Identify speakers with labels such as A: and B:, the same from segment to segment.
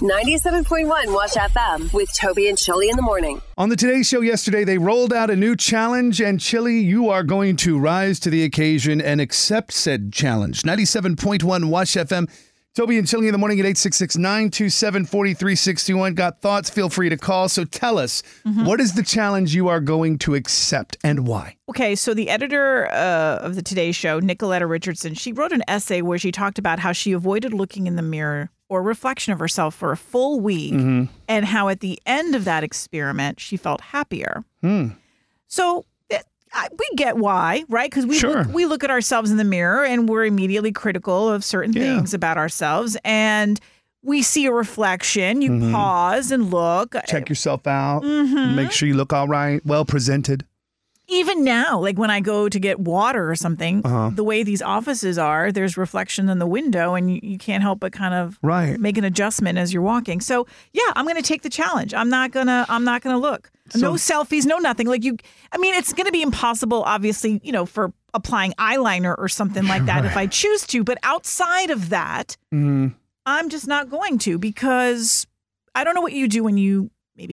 A: 97.1 Wash FM with Toby and Chili in the morning.
B: On the Today Show yesterday, they rolled out a new challenge, and Chili, you are going to rise to the occasion and accept said challenge. 97.1 Wash FM. Toby and Chili in the morning at 866 927 4361. Got thoughts? Feel free to call. So tell us,
C: Mm-hmm.
B: what is the challenge you are going to accept and why?
C: Okay, so the editor uh, of the Today Show, Nicoletta Richardson, she wrote an essay where she talked about how she avoided looking in the mirror or reflection of herself for a full week
B: Mm-hmm.
C: and how at the end of that experiment she felt happier.
B: Hmm.
C: So it, I, we get why, right? Because we,
B: Sure.
C: look, we look at ourselves in the mirror and we're immediately critical of certain
B: Yeah.
C: things about ourselves. And we see a reflection, you pause and look.
B: Mm-hmm. Check yourself out,
C: Mm-hmm.
B: make sure you look all right, well presented.
C: even now, like when I go to get water or something, the way these offices are, there's reflection in the window, and you, you can't help but kind of
B: Right.
C: make an adjustment as you're walking. So yeah, I'm gonna take the challenge. I'm not gonna I'm not gonna look. no selfies, no nothing. Like you, I mean, it's gonna be impossible, obviously, you know, for applying eyeliner or something like that if I choose to. But outside of that, I'm just not going to because I don't know what you do when you maybe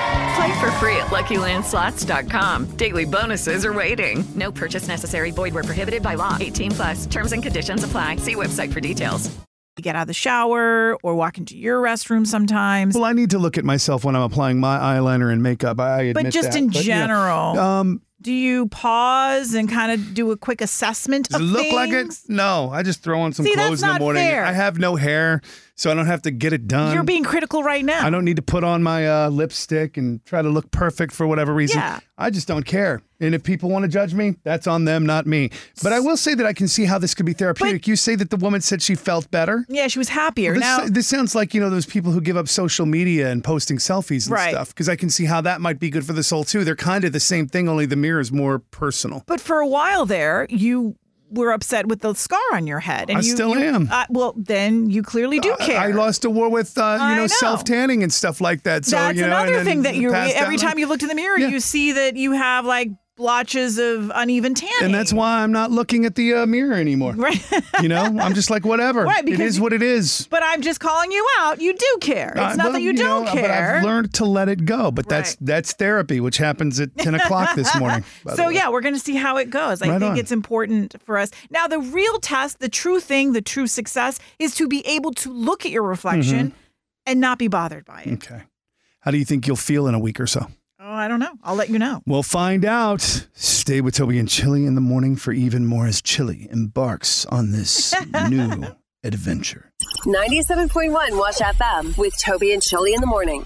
D: Play for free at LuckyLandSlots.com. Daily bonuses are waiting. No purchase necessary. Void where prohibited by law. 18 plus terms and conditions apply. See website for details.
C: you get out of the shower or walk into your restroom sometimes.
B: Well, I need to look at myself when I'm applying my eyeliner and makeup. I admit
C: But just
B: that.
C: in
B: you know,
C: general,
B: um,
C: do you pause and kind of do a quick assessment
B: does
C: of
B: it look like it?
C: things?
B: No, I just throw on some
C: See, that's
B: clothes in the
C: not
B: morning.
C: fair.
B: I have no hair, so I don't have to get it done.
C: You're being critical right now.
B: Um, I don't need to put on my uh, lipstick and try to look perfect for whatever reason.
C: Yeah.
B: I just don't care. And if people want to judge me, that's on them, not me. But I will say that I can see how this could be therapeutic. you say that the woman said she felt better.
C: Yeah, she was happier.
B: This,
C: now,
B: this sounds like, you know, those people who give up social media and posting selfies and
C: Right.
B: stuff, because I can see how that might be good for the soul too. They're kind of the same thing, only the mirror is more personal.
C: but for a while there, you were upset with the scar on your head. And
B: I
C: you,
B: still
C: you-
B: am.
C: Uh, well, then you clearly do
B: I-
C: care.
B: I lost a war with, uh, you
C: I
B: know,
C: know.
B: self tanning and stuff like that. So,
C: That's
B: you know, and
C: another
B: then
C: thing that you're
B: past
C: every
B: that-
C: time you looked in the mirror,
B: Yeah.
C: you see that you have like blotches of uneven tanning.
B: And that's why I'm not looking at the uh, mirror anymore.
C: Right.
B: You know, I'm just like whatever.
C: Right,
B: it
C: because
B: is
C: you-
B: what it is.
C: But I'm just calling you out. You do care. It's
B: Uh,
C: not
B: well,
C: that you, don't
B: know,
C: care.
B: But I've learned to let it go. But that's
C: Right.
B: that's therapy, which happens at ten o'clock this morning. by the
C: So
B: way.
C: yeah, we're going to see how it goes. I
B: Right
C: think
B: on.
C: it's important for us. Now the real test, the true thing, the true success is to be able to look at your reflection
B: Mm-hmm.
C: and not be bothered by it.
B: Okay. How do you think you'll feel in a week or so?
C: Oh, I don't know. I'll let you know.
B: We'll find out. Stay with Toby and Chili in the morning for even more as Chili embarks on this new adventure.
A: 97.1 Wash FM with Toby and Chili in the morning.